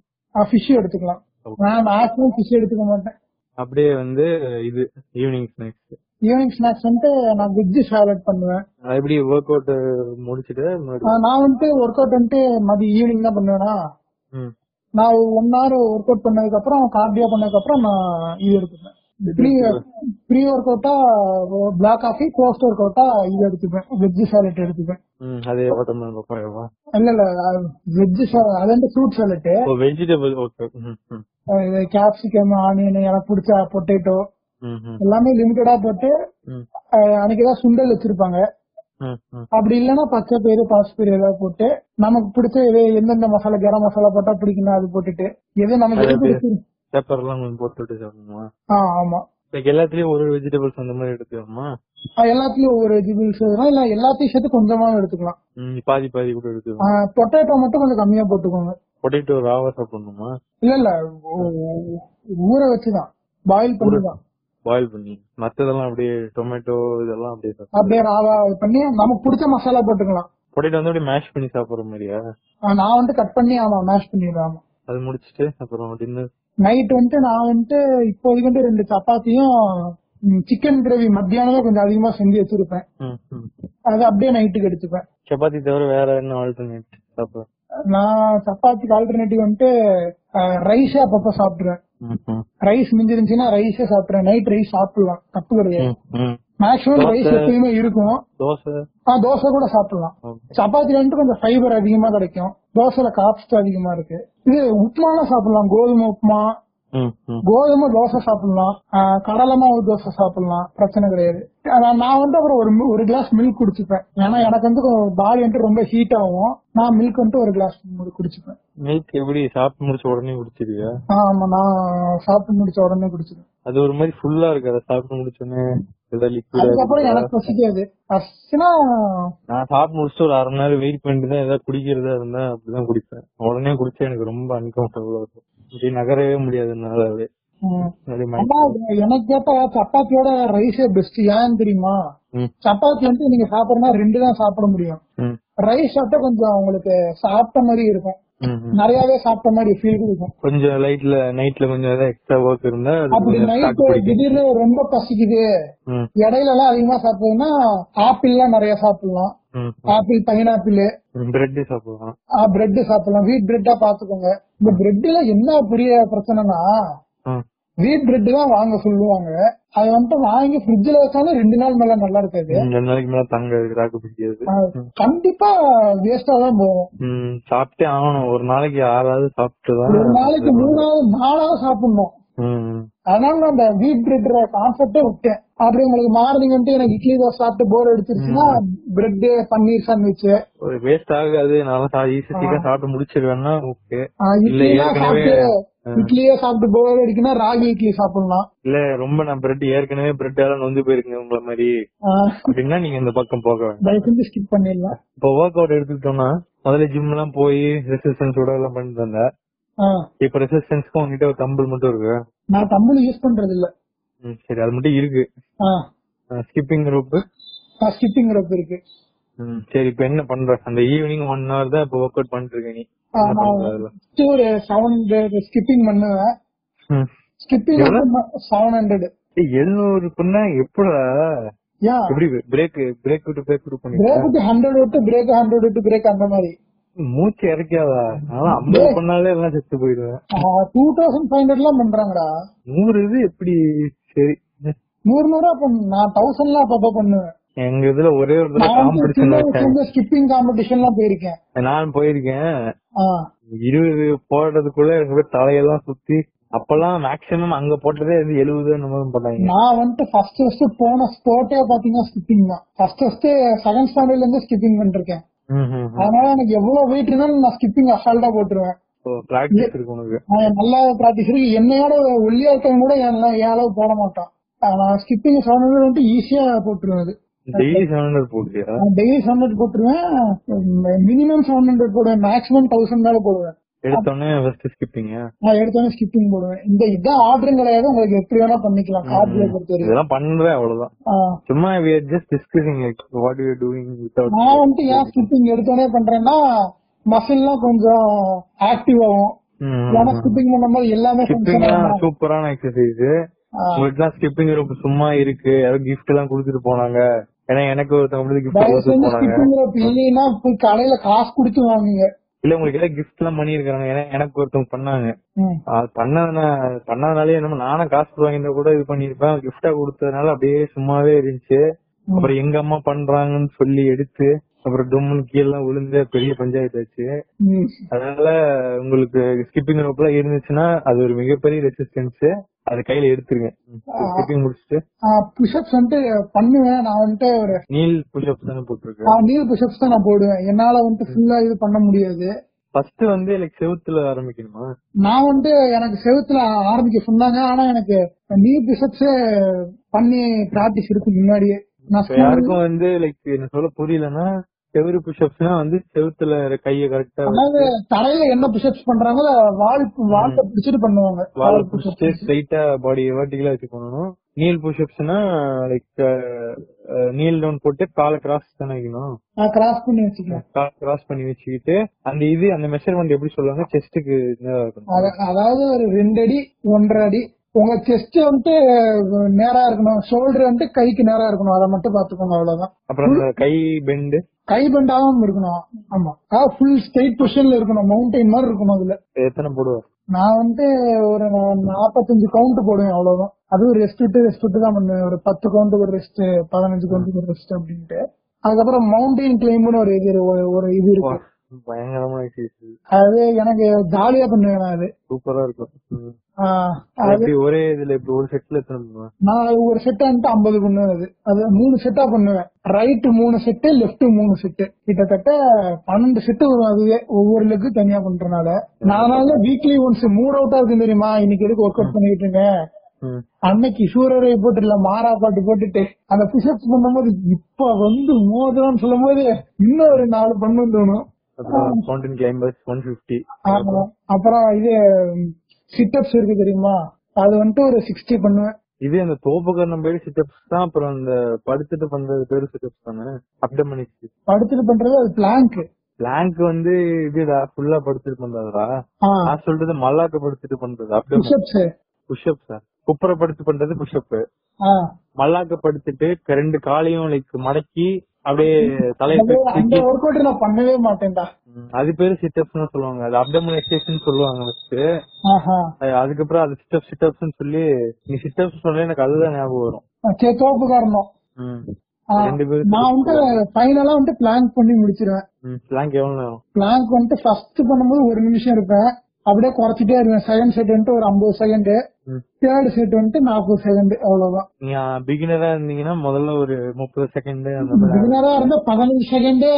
ஃபிஷ் எடுத்துக்கலாம் நான் மேக்ஸிமம் ஃபிஷ் எடுத்துக்க மாட்டேன்
அப்படியே வந்து இது ஈவினிங் ஸ்நாக்ஸ்
ஈவினிங் ஸ்நாக்ஸ் வந்துட்டு நான் வெஜ் சாலட் பண்ணுவேன்
எப்படி ஒர்க் அவுட் முடிச்சிட்டு
ஆ, நான் வந்துட்டு ஒர்க் அவுட் வந்துட்டு மதியம் ஈவினிங் தான் பண்ணுவேனா நான் ஒன் ஹவர் ஒர்க் அவுட் பண்ணதுக்கு அப்புறம் கார்டியோ பண்ணதுக்கு அப்புறம் நான் இது எடுத்துப்பேன் ப்ரீ ஒர்க் அவுட்டா பிளாக் காஃபி போஸ்ட் ஒர்க் அவுட்டா இது எடுத்துப்பேன் வெஜ் சாலட் எடுத்துப்பேன்
ம் அதே வாட்டர்மெலன் பப்பாயாவா
இல்ல இல்ல வெஜ் அது வந்து ஃப்ரூட் சாலட்டு
ஓ வெஜிடபிள் ஓகே ம்
கேப்சிகம் ஆனியன் எனக்கு பிடிச்ச பொட்டேட்டோ
ம்
எல்லாமே லிமிட்டடா போட்டு
ம்
அஹ், அன்னைக்கு ஏதாவது சுண்டல் வச்சிருப்பாங்க
ம் ம்
அப்படி இல்லைன்னா பச்சை பயிறு பாசிப்பயிறு ஏதாவது போட்டு நமக்கு பிடிச்ச எது எந்தெந்த மசாலா கரம் மசாலா போட்டா பிடிக்கணும் அது போட்டுட்டு எது நமக்கு எது பிடிச்சிருக்கு
பேப்பர் எல்லாம் கொஞ்சம் போட்டு விட்டு சாப்பிடுமா
ஆ ஆமா
லைக் எல்லாத்துலயும் ஒரு வெஜிடபிள்ஸ் அந்த மாதிரி எடுத்துக்கணுமா
ஆ, எல்லாத்துலயும் ஒவ்வொரு வெஜிடபிள்ஸ் இல்ல எல்லாத்தையும் சேர்த்து கொஞ்சமா எடுத்துக்கலாம்
ம், பாதி பாதி கூட எடுத்துக்கணும்
பொட்டேட்டோ மட்டும் கொஞ்சம் கம்மியா போட்டுக்கோங்க
பொட்டேட்டோ ராவா சாப்பிடணுமா
இல்ல இல்ல ஊ- ஊற வச்சுதான் பாயில் பண்ணிதான்
பாயில் பண்ணி மத்ததெல்லாம் அப்படியே டொமேட்டோ இதெல்லாம் அப்படியே சாப்பிடணும்
அப்படியே ராவா இது பண்ணி நமக்கு பிடிச்ச மசாலா போட்டுக்கலாம்
பொட்டேட்டோ வந்து அப்படியே மேஷ் பண்ணி சாப்பிடுற மாதிரியா
ஆ, நான் வந்து கட் பண்ணி ஆமா மேஷ் பண்ணிடுவேன் ஆமா
அது முடிச்சிட்டு அப்புறம் டின்னர்
நைட் வந்துட்டு நான் வந்துட்டு இப்போதைக்கு வந்து ரெண்டு சப்பாத்தியும் சிக்கன் கிரேவி மத்தியானமே கொஞ்சம் அதிகமா செஞ்சு வச்சிருப்பேன்
ம், ம்.
அது அப்படியே நைட்டுக்கு எடுத்துப்பேன்
சப்பாத்தி தவிர வேற என்ன ஆல்டர்னேட் சாப்பிடுற
நான் சப்பாத்திக்கு ஆல்டர்னேட்டிவ் வந்துட்டு ரைஸே அப்பப்போ சாப்பிடுவேன்
ம், ம்.
ரைஸ் மிஞ்சிருந்துச்சுன்னா ரைஸே சாப்பிடுவேன் நைட் ரைஸ் சாப்பிடலாம் தப்பு கிடையாது
ம், ம்.
Maximum rice
dosa.
எப்பயுமே இருக்கும்
தோசை
ஆ தோசை கூட சாப்பிடலாம்
Okay.
சப்பாத்தில வந்துட்டு கொஞ்சம் ஃபைபர் அதிகமா கிடைக்கும் தோசைல காப்ஸ்ட் அதிகமா இருக்கு இது உப்புமாலாம் சாப்பிடலாம் கோதுமை உப்புமா
ம், ம்.
கோதுமை தோசை சாப்பிடலாம் ஆ, கடலை மாவு தோசை சாப்பிடலாம் பிரச்சனை கிடையாது ஆனா, நான் வந்து அப்புறம் ஒரு மி- ஒரு கிளாஸ் மில்க் குடிச்சுப்பேன் ஏன்னா எனக்கு வந்து பாடி வந்துட்டு ரொம்ப ஹீட் ஆகும் நான் மில்க் வந்துட்டு ஒரு கிளாஸ் குடிச்சுப்பேன்
மில்க் எப்படி சாப்பிட்டு முடிச்ச உடனே குடிச்சிருவியா
ஆ, ஆமா நான் சாப்பிட்டு முடிச்ச உடனே குடிச்சிருவேன்
அது ஒரு மாதிரி ஃபுல்லா இருக்கு அதை சாப்பிட்டு முடிச்ச உடனே ஏதாவது
அதுக்கப்புறம்
liquid ஆ
எனக்கு பசிக்காது பசிச்சுன்னா
நான் சாப்பிட்டு முடிச்சுட்டு ஒரு அரை மணி நேரம் வெயிட் பண்ணிட்டு தான் ஏதாவது குடிக்கிறதா இருந்தா அப்படிதான் குடிப்பேன் உடனே குடிச்சா எனக்கு ரொம்ப அன்கம்ஃபர்டபுளா இருக்கும் இப்படி நகரவே முடியாது என்னால அப்படியே.
ம், ஆனா,
அப்படியே mind-
எனக்கு கேட்டா சப்பாத்தியோட ரைஸே பெஸ்ட் ஏன் தெரியுமா
ம்,
சப்பாத்தி வந்து நீங்க சாப்பிடறனா ரெண்டு தான் சாப்பிட முடியும்
ம்,
ரைஸ் சாப்பிட்டா கொஞ்சம் உங்களுக்கு சாப்பிட்ட மாதிரி இருக்கும்
ம், ம்.
நிறையவே சாப்பிட்ட மாதிரி ஃபீல் இருக்கும்
கொஞ்சம் லைட்ல நைட்ல கொஞ்சம் ஏதாவது எக்ஸ்ட்ரா ஒர்க் இருந்தா அது
அப்படி
கொஞ்சம்
நைட்
தாக்கு பிடிக்கும்
திடீர்னு ரொம்ப பசிக்குது
ம்,
இடையில எல்லாம் அதிகமா சாப்பிட்டதுன்னா ஆப்பிள் எல்லாம் நிறைய சாப்பிடலாம்
ம்,
ஆப்பிள் பைனாப்பிள்
ம். பிரெட் சாப்பிடலாம்
பிரெட் சாப்பிடலாம் வீட் பிரெட்டா பாத்துக்கோங்க இந்த பிரெட்ல என்ன பெரிய பிரச்சனைனா
ம்,
வீட் பிரெட் தான் வாங்க சொல்லுவாங்க அது வந்துட்டு வாங்கி ஃப்ரிட்ஜ்ல வச்சாலும் ரெண்டு நாள் மேல நல்லா இருக்காது
ரெண்டு நாளைக்கு மேல தங்க தாக்கு பிடிக்காது
அஹ் கண்டிப்பா வேஸ்டா தான் போகும்
ம், சாப்பிட்டே ஆகணும் ஒரு நாளைக்கு ஆறாவது சாப்பிட்டுதான்
ஒரு நாளைக்கு மூணாவது நாலாவது சாப்பிடணும்
ம், ம்.
அதனால நான் அந்த வீட் பிரெட் கான்செப்டே விட்டேன் அப்படி உங்களுக்கு மார்னிங் வந்துட்டு எனக்கு இட்லி தோசை சாப்பிட்டு போர் அடிச்சிருச்சுன்னா பிரெட் பன்னீர் சாண்ட்விச்
ஒரு வேஸ்ட் ஆகாது நல்லா ஈஸியா சாப்பிட்டு முடிச்சிருவேன்னா ஓகே இல்ல
இட்லிலாம்
ஏற்கனவே
சாப்பிட்டு
ஆ.
இட்லியே சாப்பிட்டு போர் அடிக்குன்னா ராகி இட்லி சாப்பிடலாம்
இல்ல ரொம்ப நான் பிரெட் ஏற்கனவே பிரெட் எல்லாம் நொந்து போயிருக்கேன் உங்களை மாதிரி
ஆ,
அப்படின்னா நீங்க இந்த பக்கம் போக வேண்டாம்
தயவு செஞ்சு ஸ்கிப் பண்ணிடலாம்
இப்போ ஒர்க் அவுட் எடுத்துக்கிட்டோம்னா முதல்ல ஜிம் எல்லாம் போய் ரெசிஸ்டன்ஸ் உடல் எல்லாம் பண்ணிட்டு வந்தேன்
ஆ,
இப்ப ரெசிஸ்டன்ஸ்க்கு உங்ககிட்ட ஒரு தம்பிள் மட்டும் இருக்கு
நான் தம்பிள் யூஸ் பண்றது இல்ல
ம், சரி அது மட்டும் இருக்கு ஸ்கிப்பிங் குரூப்
ஸ்கிப்பிங் ரோப் இருக்கு
சரி இப்ப என்ன பண்ற அந்த ஈவினிங் ஒன் ஹவர் தான் இப்போ ஒர்க் அவுட் பண்ணிட்டு இருக்க நீ
ஆ,
என்ன
நான்
பண்ற அதுல?
first ஒரு செவன் ஹண்ட்ரட் ஸ்கிப்பிங் பண்ணுவேன்
ம்.
ஸ்கிப்பிங்
எவ்வளவு?
செவன் ஹண்ட்ரட்
ஏய், எழுநூறு பண்ணா எப்படா
ஏன்
எப்படி பிரேக் பிரேக் விட்டு பிரேக் விட்டு பண்ணிட்டு
பிரேக்குக்கு ஹண்ட்ரட் விட்டு பிரேக் ஹண்ட்ரட் விட்டு பிரேக் அந்த மாதிரி
மூச்சு இறக்காதா அதெல்லாம் ஐம்பது பண்ணாலே எல்லாம் செத்து போயிடுவேன்
டூ தௌசண்ட் ஃபைவ் ஹண்ட்ரட்லாம் பண்றாங்கடா
நூறு இது எப்படி சரி
நூறு நூறா பண்ணு நான் தௌசண்ட்லாம் அப்பப்போ பண்ணுவேன்
எங்க இதுல ஒரே ஒரு தடவை
நான் வந்து
காம்படிஷன்
சின்ன
வச்சேன்
வயசுல ஸ்கிப்பிங் காம்படிஷன்லாம் போயிருக்கேன்
நான் போயிருக்கேன்
ஆ,
இருபது போடுறதுக்குள்ள எனக்கு அப்படியே தலையெல்லாம் சுத்தி அப்பெல்லாம் மேக்சிமம் அங்க போட்டதே வந்து எழுபது நம்ம போட்டாங்க
நான் வந்துட்டு ஃபர்ஸ்ட் ஃபர்ஸ்ட் போன ஸ்போர்ட்டே பாத்தீங்கன்னா ஸ்கிப்பிங் தான் ஃபர்ஸ்ட் ஃபர்ஸ்ட் செகண்ட் ஸ்டாண்டர்ட்ல இருந்து ஸ்கிப்பிங் பண்ணிருக்கேன்
ம், ம், ம்.
அதனால எனக்கு எவ்வளவு வெயிட் இருந்தாலும் நான் ஸ்கிப்பிங் அசால்ட்டா போட்டுருவேன்
ஓ, practice இருக்கு உனக்கு
நான் நல்லா பிராக்டிஸ் இருக்கு என்னையோட ஒல்லியா இருக்கவங்க கூட என்ன என் அளவு போட மாட்டான் ஆ, நான் ஸ்கிப்பிங் செவன் ஹண்ட்ரட் வந்துட்டு ஈஸியா போட்டுருவேன் அது
டெய்லி செவன் ஹண்ட்ரட் போட்டியா
நான் டெய்லி செவன் ஹண்ட்ரட் போட்டுருவேன் மினிமம் செவன் ஹண்ட்ரட் போடுவேன் மேக்ஸிமம் தௌசண்ட் மேல போடுவேன்
எடுத்தோடனே ஃபர்ஸ்ட் ஸ்கிப்பிங்க
நான் எடுத்தோன்னே ஸ்கிப்பிங் போடுவேன் இந்த இதான் ஆர்டரும் கிடையாது உங்களுக்கு எப்படி வேணா பண்ணிக்கலாம் கார்டியை பொறுத்த வரைக்கும்
இதெல்லாம் பண்றேன் அவ்வளவுதான்
ஆ,
சும்மா we are just discussing like what we are doing without
நான் வந்துட்டு ஏன் ஸ்கிப்பிங் எடுத்தோன்னே பண்றேன்னா மசில்லாம் கொஞ்சம் ஆக்டிவ் ஆகும் ஏன்னா ஸ்கிப்பிங் பண்ணும்போது எல்லாமே
ஸ்கிப்பிங் சூப்பரான எக்ஸசைஸ்
ஆ.
உங்களுக்குலாம் ஸ்கிப்பிங் ரொம்ப சும்மா இருக்கு யாரும் கிஃப்ட் எல்லாம் கொடுத்துட்டு போனாங்க ஏன்னா எனக்கு ஒருத்தவங்க வந்து கிஃப்ட்
தயவு
கொடுத்துட்டு
செஞ்சு
போனாங்க
ஸ்கிப்பிங் இல்லைன்னா போய் கடையில காசு கொடுத்து வாங்குங்க
இல்ல உங்களுக்கு ஏதாவது கிஃப்ட் எல்லாம் பண்ணிருக்காங்க ஏன்னா எனக்கு ஒருத்தவங்க பண்ணாங்க
ம்.
அது பண்ணதுனா பண்ணதுனாலே என்னமோ நானும் காசு வாங்கிட்டு கூட இது பண்ணிருப்பேன் கிஃப்டா கொடுத்ததுனால அப்படியே சும்மாவே இருந்துச்சு அப்புறம் எங்க அம்மா பண்றாங்கன்னு சொல்லி எடுத்து அப்புறம் டொம்முன்னு கீழெல்லாம் விழுந்து பெரிய பஞ்சாயத்து ஆச்சு
ம்.
அதனால உங்களுக்கு ஸ்கிப்பிங் ரோப் எல்லாம் இருந்துச்சுன்னா அது ஒரு மிகப்பெரிய ரெசிஸ்டன்ஸ் அது கையில எடுத்துருங்க ஸ்கிப்பிங் முடிச்சுட்டு
ஆ, push-ups வந்துட்டு பண்ணுவேன் நான் வந்துட்டு ஒரு
நீல் புஷ்அப் தானே போட்டிருக்கு
ஆ, நீல் புஷப்ஸ் தான் நான் போடுவேன் என்னால வந்துட்டு ஃபுல்லா இது பண்ண முடியாது
ஃபர்ஸ்ட் வந்து லைக் செவுத்துல ஆரம்பிக்கணுமா
நான் வந்துட்டு எனக்கு செவுத்துல ஆரம்பிக்க சொன்னாங்க ஆனா எனக்கு நீ பிசப்ஸ் பண்ணி பிராக்டிஸ் இருக்கு முன்னாடியே நான்
இப்ப யாருக்கும் வந்து லைக் என்ன சொல்ல புரியலன்னா செவுரு புஷ்அப்ஸ்னா வந்து செவுத்துல கைய கரெக்டா
அதாவது தரையில என்ன பிஷப்ஸ் பண்றாங்களோ வால் வால்ட்ட பிடிச்சிட்டு பண்ணுவாங்க
வாழ புடிச்சிட்டு ஸ்ட்ரைட்டா பாடி வெர்டிகலா வச்சு பண்ணணும் நீல் புஷ்அப்ஸ்னா லைக் நீல் டவுன் போட்டு காலை கிராஸ் தானே வைக்கணும்
நான் கிராஸ் பண்ணி வச்சுக்கிறேன்
காலை கிராஸ் பண்ணி வச்சுக்கிட்டு அந்த இது அந்த மெஷர்மெண்ட் எப்படி சொல்லுவாங்க செஸ்ட்டுக்கு நேரா இருக்கணும்
அத- அதாவது ஒரு ரெண்டு அடி ஒன்றரை அடி உங்க செஸ்ட் வந்துட்டு அஹ், நேரா இருக்கணும் ஷோல்டர் வந்துட்டு கைக்கு நேரா இருக்கணும் அதை மட்டும் பாத்துக்கோங்க அவ்வளவுதான்
அப்புறம் அந்த கை பெண்டு
கை பெண்டாவும் இருக்கணும் ஆமா அதாவது ஃபுல் ஸ்ட்ரைட் பொசிஷன்ல இருக்கணும் மவுண்டைன் மாதிரி இருக்கணும் அதுல
எத்தனை போடுவார்
நான் வந்து ஒரு நாற்பத்தஞ்சு கவுண்ட் போடுவேன் அவ்வளவுதான் அதுவும் ரெஸ்ட் விட்டு ரெஸ்ட் விட்டு தான் பண்ணுவேன் ஒரு பத்து கவுண்ட் ஒரு ரெஸ்ட் பதினஞ்சு கவுண்ட் ஒரு ரெஸ்ட் அப்படின்ட்டு அதுக்கப்புறம் மவுண்டைன் கிளைம்னு ஒரு இது ஒரு- ஒரு இது இருக்கு
பயங்கரமான எக்ஸசைஸ்
அது எனக்கு ஜாலியா பண்ணுவேன் நான் அது
சூப்பரா இருக்கும் ம்.
ஆஹ்
அது
அது
எப்படி ஒரே இதுல இப்படி ஒரு செட்ல எத்தனை பண்ணுவேன்
நான் ஒரு செட் வந்துட்டு ஐம்பது பண்ணுவேன் அது அது மூணு செட்டா பண்ணுவேன் ரைட் மூணு செட்டு லெஃப்ட் மூணு செட்டு கிட்டத்தட்ட பன்னெண்டு செட்டு வரும் அதுவே ஒவ்வொரு லெக்கு தனியா பண்றதுனால நானால வீக்லி ஒன்ஸ் மூட் அவுட் ஆகுது தெரியுமா இன்னைக்கு எதுக்கு ஒர்க் அவுட் பண்ணிட்டு இருக்கேன்
ம்.
அன்னைக்கு சூரரை போட்டுல மாறா பாட்டு போட்டுட்டு அந்த புஷப்ஸ் பண்ணும்போது இப்ப வந்து மோதலாம்னு சொல்லும் போது இன்னும் ஒரு நாலு பண்ணு தோணும்
அப்புறம் மவுண்டன் கிளைம்பர்ஸ் ஒன் பிப்டி
ஆமா. அப்புறம் இது சிட்டப்ஸ் இருக்கு தெரியுமா அது வந்துட்டு ஒரு சிக்ஸ்டி பண்ணுவேன்
இது அந்த தோப்புக்கரணம் பேரு சிட்டப்ஸ் தான் அப்புறம் அந்த படுத்துட்டு பண்றது பேரு சிட்டப்ஸ் தானே அப்டமனி
படுத்துட்டு பண்றது அது பிளாங்க்
பிளாங்க் வந்து இதுடா ஃபுல்லா படுத்துட்டு பண்றதுடா நான் சொல்றது மல்லாக்க படுத்துட்டு பண்றது அப்டமன்
புஷப்ஸ்
புஷ்அப் சார் குப்புற படுத்து பண்றது புஷ்அப் மல்லாக்க படுத்துட்டு க- ரெண்டு காலையும் லைக் மடக்கி அப்படியே தலையை தூக்கி-
அந்த ஒர்க் அவுட் நான் பண்ணவே மாட்டேன்டா
ம், அது பேரு சிட்டப்ஸ் சொல்லுவாங்க அது அப்டமன் எக்ஸசைஸ் சொல்லுவாங்க ஃபர்ஸ்ட்
ஆஹா
அதுக்கப்புறம் அது சிட்டப் சிட்டப்ஸ் சொல்லி நீ சிட்டப்ஸ் சொல்ல எனக்கு அதுதான் ஞாபகம் வரும்
சரி தோப்பு காரணம்
ம்.
ஆ.
ரெண்டு பேரும்
நான் வந்து ஃபைனலா வந்து பிளாங்க் பண்ணி முடிச்சிருவேன்
பிளாங்க் எவ்வளவு நேரம்
பிளாங்க் வந்துட்டு ஃபர்ஸ்ட் பண்ணும்போது ஒரு நிமிஷம் இருப்பேன் அப்படியே குறைச்சிட்டே இருப்பேன் செகண்ட் செட் வந்துட்டு ஒரு ஐம்பது செகண்ட்
ம்.
தேர்ட் செட் வந்துட்டு நாற்பது செகண்ட் அவ்வளவுதான்
நீங்க பிகினரா இருந்தீங்கன்னா முதல்ல ஒரு முப்பது செகண்ட் அந்த மாதிரி
பிகினரா இருந்தா பதினஞ்சு செகண்டே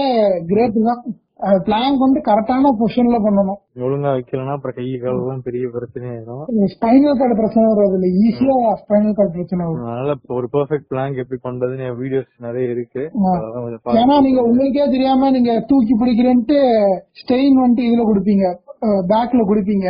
கிரேட் தான் பிளாங்க் வந்து கரெக்டான பொசிஷன்ல பண்ணணும்
ஒழுங்கா வைக்கலன்னா அப்புறம் கை காலெல்லாம் பெரிய பிரச்சனை ஆயிரும்
ஸ்பைனல் கார்டு பிரச்சனை வராது இல்ல ஈஸியா ஸ்பைனல் கார்டு பிரச்சனை வரும்
அதனால இப்ப ஒரு பெர்ஃபெக்ட் பிளாங்க் எப்படி பண்றதுன்னு வீடியோஸ் நிறைய இருக்கு அதெல்லாம் கொஞ்சம் பாருங்க.
ஏன்னா நீங்க உங்களுக்கே தெரியாம நீங்க தூக்கி பிடிக்கிறேன்ட்டு ஸ்டெயின் வந்துட்டு இதுல கொடுப்பீங்க பேக்ல கொடுப்பீங்க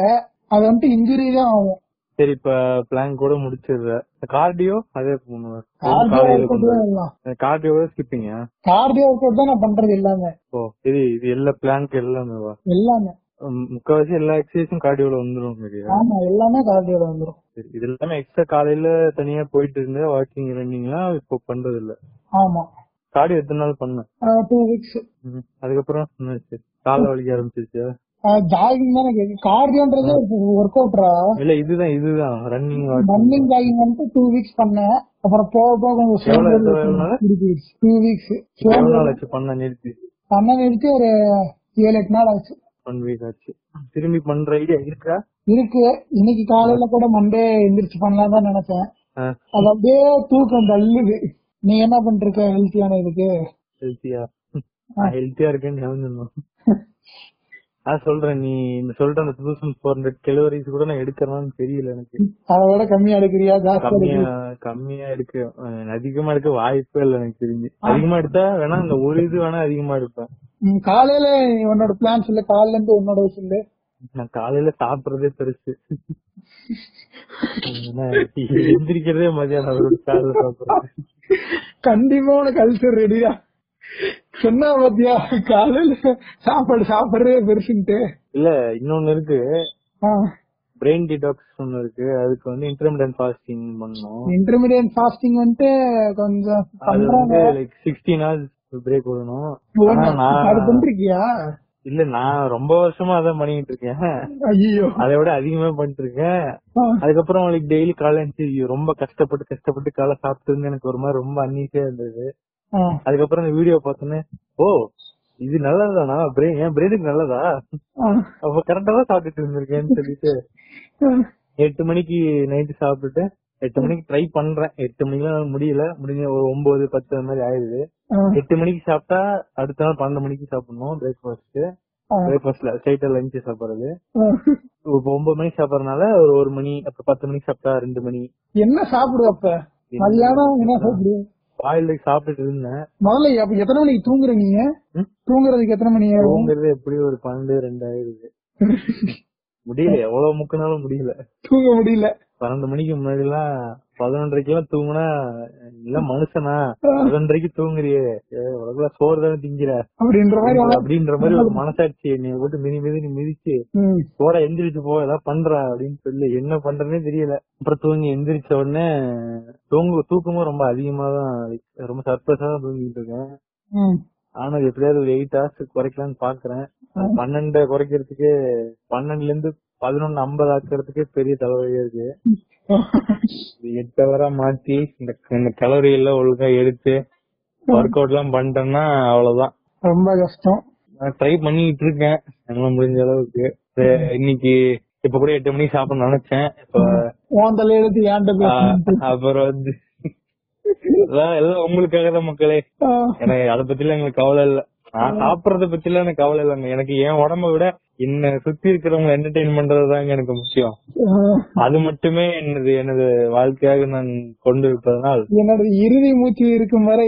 அது வந்துட்டு இன்ஜுரி தான் ஆகும்
சரி இப்ப பிளாங்க் கூட முடிச்சிடுற கார்டியோ அதே பண்ணுவேன்
கார்டியோ
காலையில
ஒர்க் அவுட் தான் எல்லாம்
கார்டியோட ஸ்கிப்பிங்க
கார்டியோ ஒர்க் அவுட் தான் நான் பண்றது எல்லாமே
ஓ இது இது எல்லா பிளாங்க் எல்லாமே வா
எல்லாமே
ம், முக்காவாசி எல்லா எக்ஸசைஸும் கார்டியோல வந்துரும் உங்களுக்கு
ஆமா எல்லாமே கார்டியோல வந்துரும்
சரி, இது எல்லாமே எக்ஸ்ட்ரா காலையில தனியா போயிட்டு இருந்து வாக்கிங் ரன்னிங்லாம் இப்போ பண்றது இல்ல
ஆமா
கார்டியோ எத்தனை நாள் பண்ண
டூ வீக்ஸ்
ம். அதுக்கப்புறம் என்னாச்சு காலை வலிக்க ஆரம்பிச்சிருச்சு
ஜாகிங் தானே கேக்கு கார்டியோன்றது ஒர்க் அவுட்ரா
இல்ல இதுதான் இதுதான் ரன்னிங் வாக்கிங்
ரன்னிங் ஜாகிங் வந்துட்டு டூ வீக்ஸ் பண்ணேன் அப்புறம் போக போக
எவ்வளவு- எவ்வளவு- எவ்வளவு நாள்?
டூ வீக்ஸ்
எவ்வளவு நாள் ஆச்சு பண்ண நிறுத்தி
பண்ண எடுத்து ஒரு ஏழு எட்டு நாள் ஆச்சு
ஒன் வீக் ஆச்சு திரும்பி பண்ற ஐடியா இருக்கா
இருக்கு இன்னைக்கு காலையில கூட மண்டே எந்திரிச்சு பண்ணலாம் தான் நினைச்சேன்
ஆ,
அது அப்படியே தூக்கம் தள்ளுது நீ என்ன பண்றிருக்க ஹெல்த்தியான இதுக்கு
ஹெல்த்தியா நான் ஹெல்த்தியா இருக்கேன்னு ஞாபகம் நான் சொல்றேன் நீ இந்த சொல்ற அந்த two thousand four hundred calories கூட நான் எடுக்கலாம்னு தெரியல எனக்கு
அதை விட கம்மியா எடுக்கிறியா ஜாஸ்தியா
கம்மியா
எடுக்கிறியா?
கம்மியா எடுக்க அஹ், அதிகமா எடுக்க வாய்ப்பே இல்லை எனக்கு தெரிஞ்சு அதிகமா எடுத்தா வேணா இந்த ஒரு இது வேணா அதிகமா எடுப்பேன்
ம், காலையில உன்னோட பிளான் சொல்லு காலையில இருந்து உன்னோட சொல்லு
நான் காலையில சாப்பிடுறதே பெருசு ஏன்னா, எந்திரிக்கிறதே மதியானம் ஒரு காலையில சாப்பிடுறேன்
கண்டிப்பா உனக்கு அல்சர் ரெடியா சொன்னா பாத்தியா காலையில சாப்பாடு சாப்பிடுறதே பெருசுன்ட்டு
இல்ல இன்னொன்னு இருக்கு
ஆ,
பிரெயின் டிடாக்ஸ் ஒண்ணு இருக்கு அதுக்கு வந்து இன்டர்மீடியன் ஃபாஸ்டிங் பண்ணணும்
intermittent fasting வந்துட்டு கொஞ்சம்
அது
பண்றாங்க
வந்து லைக் சிக்ஸ்டீன் ஹவர்ஸ் பிரேக் விடணும் ஆனா
அது
நான்
பண்றிருக்கியா
இல்ல நான் ரொம்ப வருஷமா அதான் பண்ணிட்டு இருக்கேன்
ஐயோ
அதை விட அதிகமா பண்ணிட்டு இருக்கேன் அதுக்கப்புறம் அவளுக்கு டெய்லி காலைல எழுந்துச்சு ஐயோ, ரொம்ப கஷ்டப்பட்டு கஷ்டப்பட்டு காலை சாப்பிட்டு எனக்கு ஒரு மாதிரி ரொம்ப அன்னீசியா இருந்தது அதுக்கப்புறம் இந்த வீடியோ பார்த்தோன்னே ஓ இது நல்லதானா பிரெயின் என் பிரெயினுக்கு நல்லதா அப்ப கரெக்டா தான் சாப்பிட்டுட்டு இருந்திருக்கேன்னு சொல்லிட்டு எட்டு மணிக்கு நைட்டு சாப்பிட்டுட்டு எட்டு மணிக்கு ட்ரை பண்றேன் எட்டு மணிக்கெல்லாம் முடியல முடிஞ்ச ஒரு ஒன்பது பத்து அந்த மாதிரி ஆயிடுது எட்டு மணிக்கு சாப்பிட்டா அடுத்த நாள் பன்னெண்டு மணிக்கு சாப்பிடணும் பிரேக்ஃபாஸ்ட் பிரேக்ஃபாஸ்ட்ல ஸ்ட்ரைட்டா லஞ்ச் சாப்பிடுறது இப்போ ஒன்பது மணிக்கு சாப்பிடறதுனால ஒரு ஒரு மணி அப்புறம் பத்து மணிக்கு சாப்பிட்டா ரெண்டு மணி
என்ன சாப்பிடுவப்ப மதியானம் என்ன சாப்பிடுவ
பாயில் சாப்பிட்டுட்டு இருந்தேன்
முதல்ல அப்ப எத்தனை மணிக்கு தூங்குற நீங்க
ம்?
தூங்குறதுக்கு எத்தனை மணி ஆகும்
தூங்குறது எப்படியும் ஒரு பன்னெண்டு ரெண்டு ஆயிடுது முடியல எவ்வளவு முக்கினாலும் முடியல
தூங்க முடியல
பன்னெண்டு மணிக்கு முன்னாடி எல்லாம் பதினொன்றரைக்கு எல்லாம் தூங்குனா இல்ல மனுஷனா பதினொன்றரைக்கு தூங்குறியே ஏ, உனக்குள்ள சோறு தானே திங்கிற
அப்படின்ற மாதிரி அவன்,
அப்படின்ற மாதிரி ஒரு மனசாட்சி என்னைய போட்டு மிதி மிதி நீ மிதிச்சு
ம்,
போட எந்திரிச்சு போ ஏதாவது பண்றா அப்படின்னு சொல்லி என்ன பண்றதுனே தெரியல அப்புறம் தூங்கி எந்திரிச்ச உடனே தூங்கு தூக்கமும் ரொம்ப அதிகமா தான் இருக்கு. ரொம்ப சர்ப்ரைஸா தான் தூங்கிட்டு இருக்கேன்
ம்.
ஆனா எப்படியாவது ஒரு எயிட் ஹவர்ஸ் குறைக்கலாம்னு பாக்குறேன் பன்னெண்ட குறைக்கிறதுக்கு பன்னெண்டுல இருந்து பதினொன்னு ஐம்பது ஆக்குறதுக்கே பெரிய தலைவலியா இருக்கு இது எட்டு ஹவரா மாத்தி இந்த இந்த கலோரி எல்லாம் ஒழுங்கா எடுத்து ஒர்க் அவுட் எல்லாம் பண்ணிட்டேன்னா அவ்வளவுதான்
ரொம்ப கஷ்டம்
நான் ட்ரை பண்ணிட்டு இருக்கேன் என்னால முடிஞ்ச அளவுக்கு இது இன்னைக்கு இப்ப கூட எட்டு மணிக்கு சாப்பிட நினைச்சேன் இப்ப
உன் தலையெழுத்து ஏன்ட்ட
ஆஹ்,
பேசணும்
அப்புறம் வந்து எல்லாம் எல்லாம் உங்களுக்காக தான் மக்களே
ஆ,
எனக்கு அத பத்திலாம் எனக்கு கவலை இல்ல நான் சாப்பிடறத பத்திலாம் எனக்கு கவலை இல்லைங்க எனக்கு என் உடம்ப விட என்ன சுத்தி இருக்கிறவங்க என்டர்டைன் பண்றதுதாங்க எனக்கு முக்கியம்
ஆ.
அது மட்டுமே எனது எனது வாழ்க்கையாக நான் கொண்டு இருப்பதனால்
என்னோட இறுதி மூச்சு இருக்கும் வரை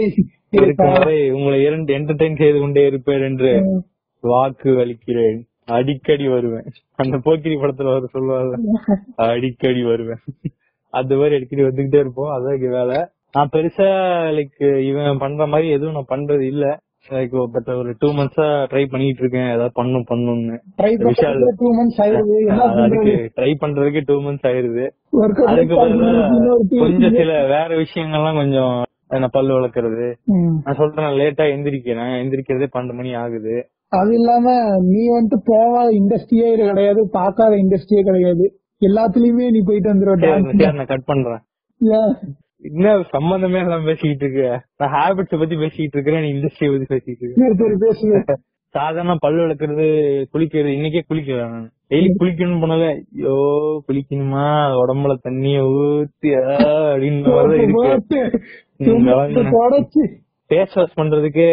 இருக்கும் வரை உங்களை இரண்டு என்டர்டைன் செய்து கொண்டே இருப்பேன் என்று வாக்கு அளிக்கிறேன் அடிக்கடி வருவேன் அந்த போக்கிரி படத்துல அவர் சொல்லுவார்ல அடிக்கடி வருவேன் அது மாதிரி அடிக்கடி வந்துகிட்டே இருப்போம் அதான் இங்க வேலை நான் பெருசா லைக் இவன் பண்ற மாதிரி எதுவும் நான் பண்றது இல்ல லைக் பட் ஒரு டூ மந்த்ஸா ட்ரை பண்ணிட்டு விஷால் ஏதாவது பண்ணும் பண்ணும்னு
ட்ரை
விஷால்.
பண்ணுறது டூ மந்த்ஸ் ஆயிடுது என்ன
அஹ்
பண்றது
அதுக்கு ட்ரை பண்றதுக்கு டூ மந்த்ஸ் ஆயிருது
ஒர்க்
அதுக்கு
அவுட்
பதிலா கொஞ்சம் சில வேற விஷயங்கள்லாம் கொஞ்சம் நான் பல்லு வளர்க்கறது நான் சொல்றேன் நான் லேட்டா எந்திரிக்கிறேன் எந்திரிக்கிறதே பன்னெண்டு மணி ஆகுது
அது இல்லாம நீ வந்துட்டு போகாத இண்டஸ்ட்ரியே கிடையாது பார்க்காத இண்டஸ்ட்ரியே கிடையாது எல்லாத்துலயுமே நீ போயிட்டு
சரி,
வந்துருவ
சரி, நான் கட் பண்றேன் என்ன சம்பந்தமே எல்லாம் பேசிட்டு இருக்க நான் ஹாபிட்ஸ் பத்தி பேசிட்டு இருக்கிறேன் நீ இண்டஸ்ட்ரி பத்தி பேசிட்டு இருக்க
சரி சரி பேசுவேன்
சாதாரண பல்லு விளக்குறது குளிக்கிறது இன்னைக்கே குளிக்கிறேன் நான் டெய்லி குளிக்கணும்னு போனாலே ஐயோ குளிக்கணுமா உடம்புல தண்ணிய ஊத்தி ஆ, அப்படின்னு வரதான் இருக்கு ம், கவனிக்கிறேன்.
தொடச்சு
ஃபேஸ் வாஷ் பண்றதுக்கே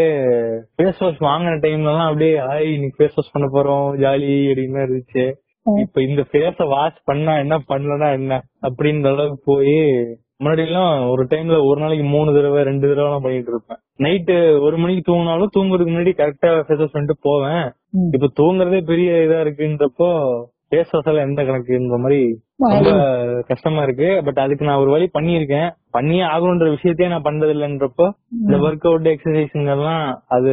ஃபேஸ் வாஷ் வாங்கின டைம்ல எல்லாம் அப்படியே ஆய் இன்னைக்கு ஃபேஸ் வாஷ் பண்ண போறோம் ஜாலி அப்படின்னு இருந்துச்சு இப்ப இந்த ஃபேஸ வாஷ் பண்ணா என்ன பண்ணலனா என்ன அப்படின்ற அளவுக்கு போய் முன்னாடி எல்லாம் ஒரு டைம்ல ஒரு நாளைக்கு மூணு தடவை ரெண்டு தடவை எல்லாம் பண்ணிட்டு இருப்பேன் நைட்டு ஒரு மணிக்கு தூங்கினாலும் தூங்குறதுக்கு முன்னாடி கரெக்டா ஃபேஸ் வாஷ் பண்ணிட்டு போவேன் இப்ப தூங்குறதே பெரிய இதா இருக்குன்றப்போ ஃபேஸ் வாஷ் எல்லாம் எந்த கணக்குன்ற மாதிரி ரொம்ப கஷ்டமா இருக்கு பட் அதுக்கு நான் ஒரு வழி பண்ணியிருக்கேன் பண்ணியே ஆகணும்ன்ற விஷயத்தையே நான் பண்றது இல்லைன்றப்போ இந்த ஒர்க் அவுட் எக்ஸசைஸ்ங்கெல்லாம் அது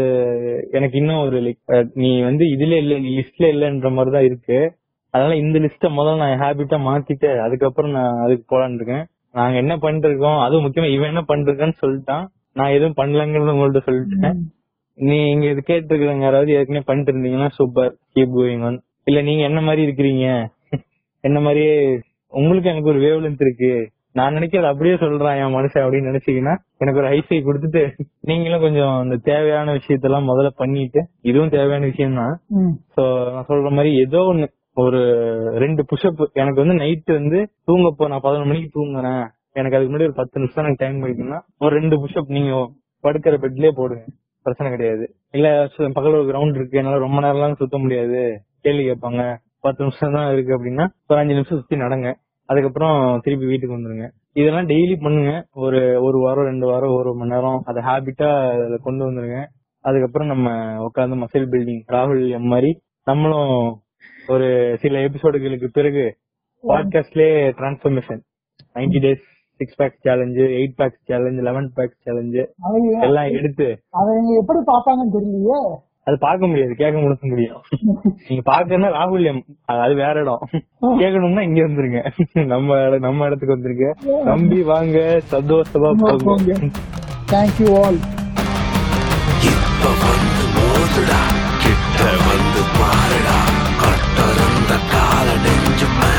எனக்கு இன்னும் ஒரு like, அஹ், நீ வந்து இதுல இல்ல நீ லிஸ்ட்ல இல்லன்ற மாதிரி தான் இருக்கு அதனால இந்த லிஸ்ட முதல்ல நான் ஹேபிட்டா மாத்திட்டு அதுக்கப்புறம் நான் அதுக்கு போலான்னு இருக்கேன் நாங்க என்ன பண்ணிட்டு இருக்கோம் அதுவும் முக்கியமா இவன் என்ன பண்ணிட்டு இருக்கான்னு சொல்லிட்டான் நான் எதுவும் பண்ணலங்கிறது உங்கள்ட்ட சொல்லிட்டேன் நீ இங்க இது கேட்டிருக்கிறவங்க யாராவது ஏற்கனவே பண்ணிட்டு இருந்தீங்கன்னா சூப்பர் கீப் கோயிங் on இல்ல நீங்க என்ன மாதிரி இருக்கிறீங்க என்ன மாதிரியே உங்களுக்கு எனக்கு ஒரு வேவ் இருக்கு நான் நினைக்கிறது அப்படியே சொல்றேன் என் மனுஷன் அப்படின்னு நினைச்சீங்கன்னா எனக்கு ஒரு ஐஃபை கொடுத்துட்டு நீங்களும் கொஞ்சம் இந்த தேவையான விஷயத்தெல்லாம் முதல்ல பண்ணிட்டு இதுவும் தேவையான விஷயம் தான் சோ நான் சொல்ற மாதிரி ஏதோ ஒண்ணு ஒரு ரெண்டு புஷ்அப் எனக்கு வந்து நைட் வந்து தூங்கப்போ நான் பதினொரு மணிக்கு தூங்குறேன் எனக்கு அதுக்கு முன்னாடி ஒரு பத்து நிமிஷம் எனக்கு டைம் கிடைக்கும்னா ஒரு ரெண்டு புஷ்அப் நீங்க படுக்கிற பெட்லயே போடுங்க பிரச்சனை கிடையாது இல்ல சு- பக்கத்துல ஒரு கிரவுண்ட் இருக்கு என்னால ரொம்ப நேரம்லாம் சுத்த முடியாது கேள்வி கேட்பாங்க பத்து நிமிஷம் தான் இருக்கு அப்படின்னா ஒரு அஞ்சு நிமிஷம் சுத்தி நடங்க அதுக்கப்புறம் திருப்பி வீட்டுக்கு வந்துருங்க இதெல்லாம் டெய்லி பண்ணுங்க ஒரு ஒரு வாரம் ரெண்டு வாரம் ஒரு மணி நேரம் அதை ஹாபிட்டா அதுல கொண்டு வந்துருங்க அதுக்கப்புறம் நம்ம உட்கார்ந்து மசில் பில்டிங் ராகுல் எம் மாதிரி நம்மளும் ஒரு சில எபிசோடுகளுக்கு பிறகு பாட்காஸ்ட்லயே transformation ninety days six pack challenge eight pack challenge eleven pack challenge எல்லாம் எடுத்து
அதை நீங்க எப்படி பாப்பாங்கன்னு தெரியலையே
அது பார்க்க முடியாது கேட்க முடிக்க முடியும் நீங்க பாக்கணும்னா ராகுல் எம் அது அது வேற இடம் கேட்கணும்னா இங்க வந்துருங்க நம்ம இட- நம்ம இடத்துக்கு வந்துருங்க நம்பி வாங்க சந்தோஷமா போங்க
தேங்க்யூ ஆல்
கிட்ட வந்து பாருடா கட்டறந்த கால நெஞ்சு மேல